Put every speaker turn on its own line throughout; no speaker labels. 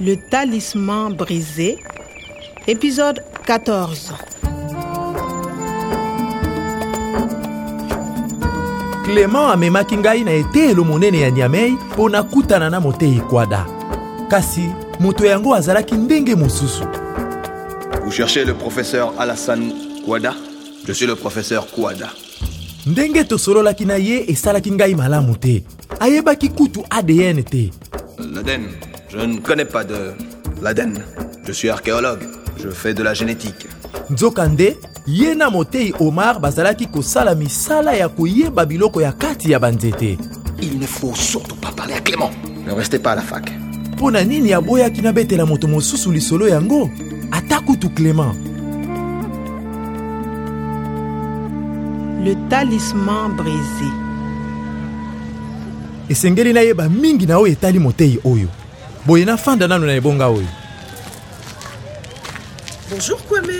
Le talisman brisé, épisode 14.
clément amemaki ngai na eteyelo monene ya niamei mpo nakutana na moteyi kwada kasi moto yango azalaki ndenge mosusu
Vous cherchez le professeur Alassane Kouada Je suis le professeur Kouada.
ndenge tosololaki na ye esalaki ngai malamu te ayebaki kutu adn te
L'Aden. Je ne connais pas de l'Aden. Je suis archéologue. Je fais de la génétique.
nzokande ye na moteyi omar bazalaki kosala misala ya koyeba biloko ya kati ya banzete
Il ne faut surtout pas parler à Clément. Ne restez pas à la fac.
mpo na nini aboyaki nabetela moto mosusu lisolo yango ata kutu clément
Le talisman brisé.
esengeli nayeba mingi na oyo etali moteyi oyo boye nafanda nano na ebonga oyo
Bonjour Kwame.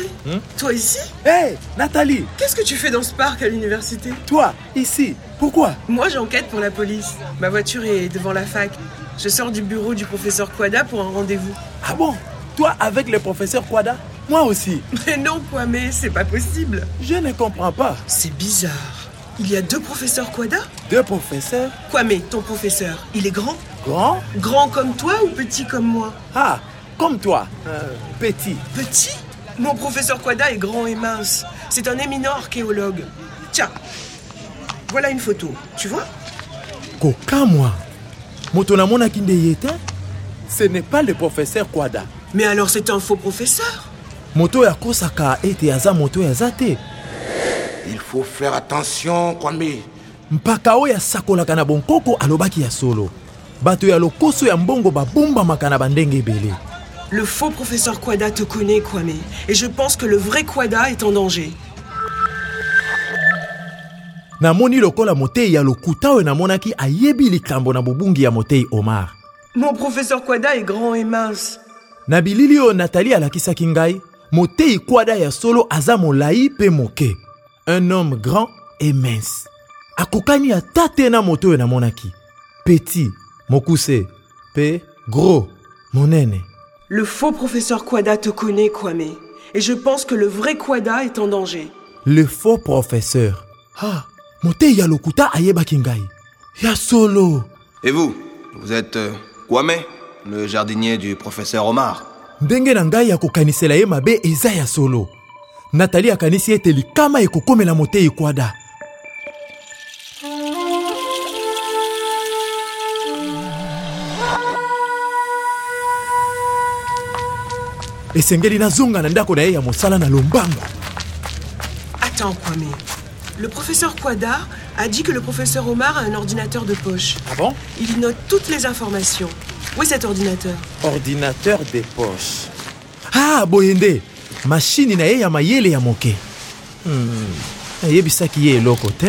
Toi ici
hey, nathalie
Qu'est-ce que tu fais dans ce parc à l'université
Toi, ici, pourquoi
Moi j'enquête pour la police. Ma voiture est devant la fac. Je sors du bureau du professeur Kwada pour un rendez-vous.
Ah bon Toi avec le professeur Kwada Moi aussi.
Mais non Kwame, c'est pas possible.
Je ne comprends pas.
C'est bizarre. Il y a deux professeurs Kwada
Deux professeurs
Kwame, ton professeur, il est grand
grands
Grand comme toi ou petit comme moi
Ah, comme toi. euh, petit.
Petit Mon professeur Kwada est grand et mince. C'est un éminent archéologue. Tiens, voilà une photo. Tu vois
Koka moi. Motonamona kinde yeta Ce n'est pas le professeur Kwada.
Mais alors c'est un faux professeur
Moto ya kosaka ete aza moto ya zate.
Il faut faire attention, Kwame.
mpaka oyo asakolaka na bonkoko alobaki ya solo bato ya lokoso ya mbongo babombamaka na bandenge ebele
Le faux professeur Quada te connaît, Kwame, et je pense que le vrai Quada est en danger.
namoni lokola moteyi ya lokuta oyo namonaki ayebi likambo na bobungi ya moteyi omar
Mon professeur Quada est grand et mince.
na bilili oyo natali alakisaki ngai moteyi kwada ya solo aza molai mpe moke un homme grand et mince akokani ata te na moto oyo namonaki petit mokuse mpe gros monene
Le faux professeur Quada te connaît, Kwame, et je pense que le vrai Quada est en danger.
le faux professeur ah moteyi ya lokuta ayebaki ngai ya solo
Et vous Vous êtes euh, Kwame, le jardinier du professeur Omar.
ndenge na ngai ya kokanisela ye mabe eza ya solo natali akanisi ete likama ekokomela moteyi kwada esengeli nazonga na ndako na ye ya mosala na lombangu
Attends, Kwame. Le professeur Quada a dit que le professeur Omar a un ordinateur de poche.
Ah bon
Il y note toutes les informations. Où est cet ordinateur
ordinateur de poche ah boye nde mashini na ye ya mayele ya moke hmm. ayebisaki ye eloko te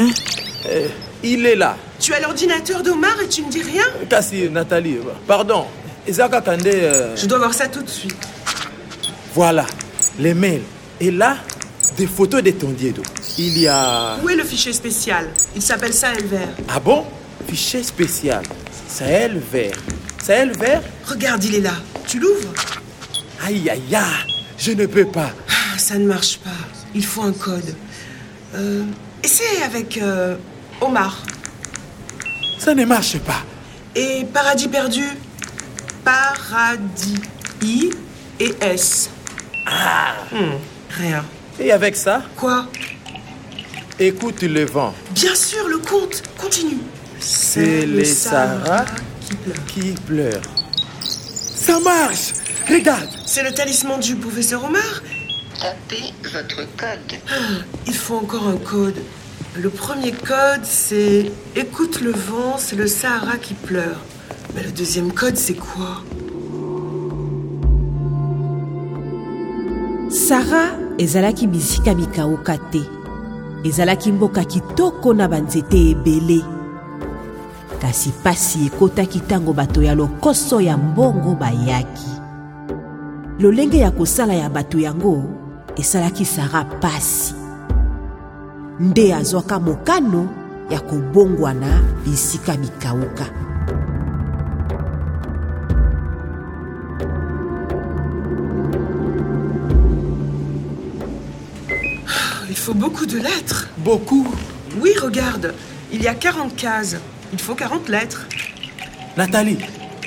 eh, ilela
Tu as l'ordinateur d'Omar et tu ne dis rien
kasi nathalie pardon eza kaka nde euh,
Je dois voir ça tout de suite.
voilà les mails et là des photos de tondiedo il y a
Où est le fichier spécial Il s'appelle ça Elver.
ah bon fichier spécial sahel vert sahel vert
Regarde, il est là. Tu l'ouvres
aïe aïe aïe je ne peux pas
Ah, Ça ne marche pas. Il faut un code. Euh, essaie avec euh, Omar.
ça ne marche pas
Et Paradis perdu. Paradis. I et S. Ah Rien.
et avec ça
Quoi
écoute le vent
Bien sûr, le compte. Continue.
C'est le Sahara
qui pleure.
qui pleure. Ça marche Regarde
C'est le talisman du professeur Omar
Tapez votre code.
Il faut encore un code. Le premier code, c'est Écoute le vent, c'est le Sahara qui pleure. Mais le deuxième code, c'est quoi
sara ezalaki bisika mikauka te ezalaki mboka kitoko na banzete ebele kasi pasi ekotaki ntango bato ya lokoso ya mbongo bayaki lolenge ya kosala ya bato yango esalaki sara pasi nde azwaka mokano ya kobongwa na bisika mikauka
faut beaucoup de lettres.
Beaucoup.
Oui, regarde, il y a 40 cases. Il faut 40 lettres.
Nathalie,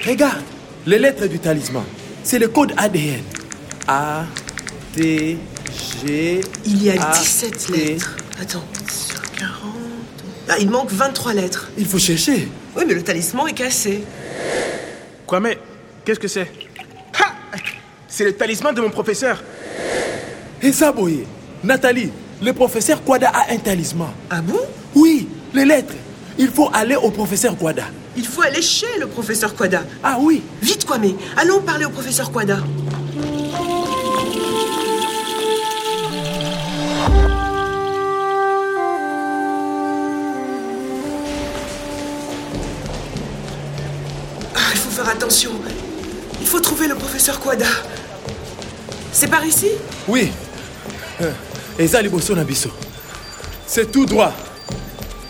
regarde les lettres du talisman. C'est le code ADN. A, T, G.
Il y a
A,
17
T.
lettres. Attends, sur 40. Ah, il manque 23 lettres.
Il faut chercher.
Oui, mais le talisman est cassé.
Quoi mais Qu'est-ce que c'est Ha C'est le talisman de mon professeur.
Et ça, Boye. Nathalie, le professeur Kwada a un talisman.
Ah bon
Oui, les lettres. Il faut aller au professeur Kwada.
Il faut aller chez le professeur Quada.
Ah oui,
Vite, Kwame, allons parler au professeur Quada. Ah, il faut faire attention. Il faut trouver le professeur Quada. C'est par ici
oui. Euh, Eza liboso na biso. C'est tout droit.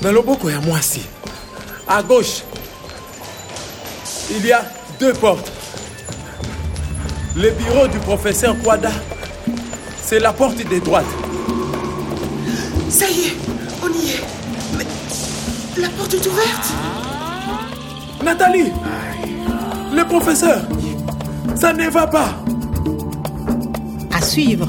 Dans le boko ya mwasi. À gauche, il y a deux portes. Le bureau du professeur Kwada, c'est la porte de droite.
Ça y est, on y est. Mais la porte est ouverte.
Nathalie Le professeur Ça ne va pas
À suivre.